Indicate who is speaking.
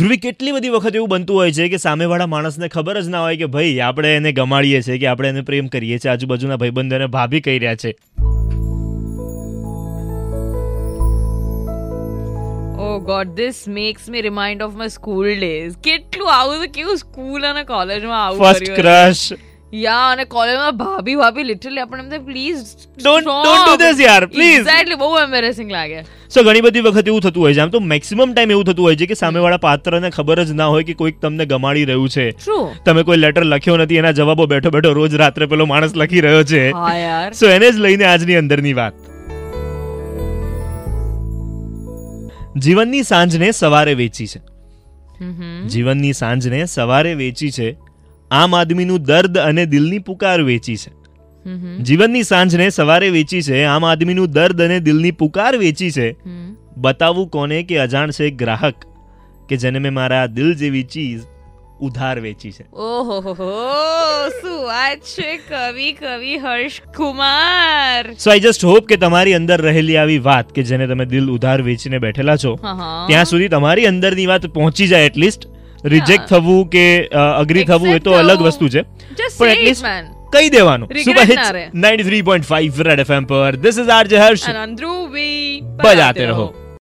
Speaker 1: ધ્રુવી કેટલી બધી વખત એવું બનતું હોય છે કે સામેવાળા માણસને ખબર જ ના હોય કે ભાઈ આપણે એને ગમાડીએ છીએ કે આપણે એને પ્રેમ કરીએ છીએ આજુબાજુના ભાઈબંધોને ભાભી કહી રહ્યા છે
Speaker 2: oh God this makes me remind of my school days કેટલું આવું તો કેવું સ્કૂલ અને કોલેજમાં આવું
Speaker 1: ફર્સ્ટ
Speaker 2: કર્યું
Speaker 1: ક્રશ
Speaker 2: યા અને કોલેજમાં ભાભી ભાભી લિટરલી આપણને એમ થાય please
Speaker 1: Don't- don't do this, યાર, please.
Speaker 2: એક્ઝેક્ટલી બહુ એમ્બેરેસિંગ લાગે
Speaker 1: સો ઘણી બધી વખત એવું થતું હોય છે આમ તો મેક્સિમમ ટાઈમ એવું થતું હોય છે કે સામેવાળા પાત્રને ખબર જ ના હોય કે કોઈક તમને ગમાડી રહ્યું છે
Speaker 2: ટ્રુ
Speaker 1: તમે કોઈ લેટર લખ્યો નથી એના જવાબો બેઠો બેઠો રોજ રાત્રે પેલો માણસ લખી રહ્યો છે
Speaker 2: હા યાર
Speaker 1: સો એને જ લઈને આજની અંદરની વાત જીવનની સાંજને સવારે વેચી છે
Speaker 2: હમ હમ.
Speaker 1: જીવનની સાંજને સવારે વેચી છે આમ આદમીનું દર્દ અને દિલની પુકાર વેચી છે
Speaker 2: હમ હમ.
Speaker 1: જીવનની સાંજને સવારે વેચી છે આમ આદમીનું દર્દ અને દિલની પુકાર વેચી છે
Speaker 2: હમ.
Speaker 1: બતાવું કોને કે અજાણ છે ગ્રાહક કે જેને મેં મારા દિલ જેવી ચીજ ઉધાર વેચી છે
Speaker 2: ઓહો હો હો શું વાત છે કવિ કવિ Harsh Kumar
Speaker 1: so I just hope કે તમારી અંદર રહેલી આવી વાત કે જેને તમે દિલ ઉધાર વેચીને બેઠેલા છો
Speaker 2: હા હા
Speaker 1: ત્યાં સુધી તમારી અંદરની વાત પહોંચી જાય એટલીસ્ટ રિજેક્ટ થવું કે અગ્રી થવું એ તો
Speaker 2: Accept
Speaker 1: અલગ
Speaker 2: થવું.
Speaker 1: વસ્તુ છે
Speaker 2: જસ્ટ
Speaker 1: પણ
Speaker 2: સે
Speaker 1: એટલીસ્ટ
Speaker 2: મેન
Speaker 1: કહી દેવાનું
Speaker 2: Regret
Speaker 1: સુપર
Speaker 2: ના
Speaker 1: હિટ્સ
Speaker 2: રહે.
Speaker 1: 93.5 રેડ એફએમ પર ધીસ ઇઝ આરજે હર્ષ
Speaker 2: અને અંદરુ બી
Speaker 1: બજાતે રહો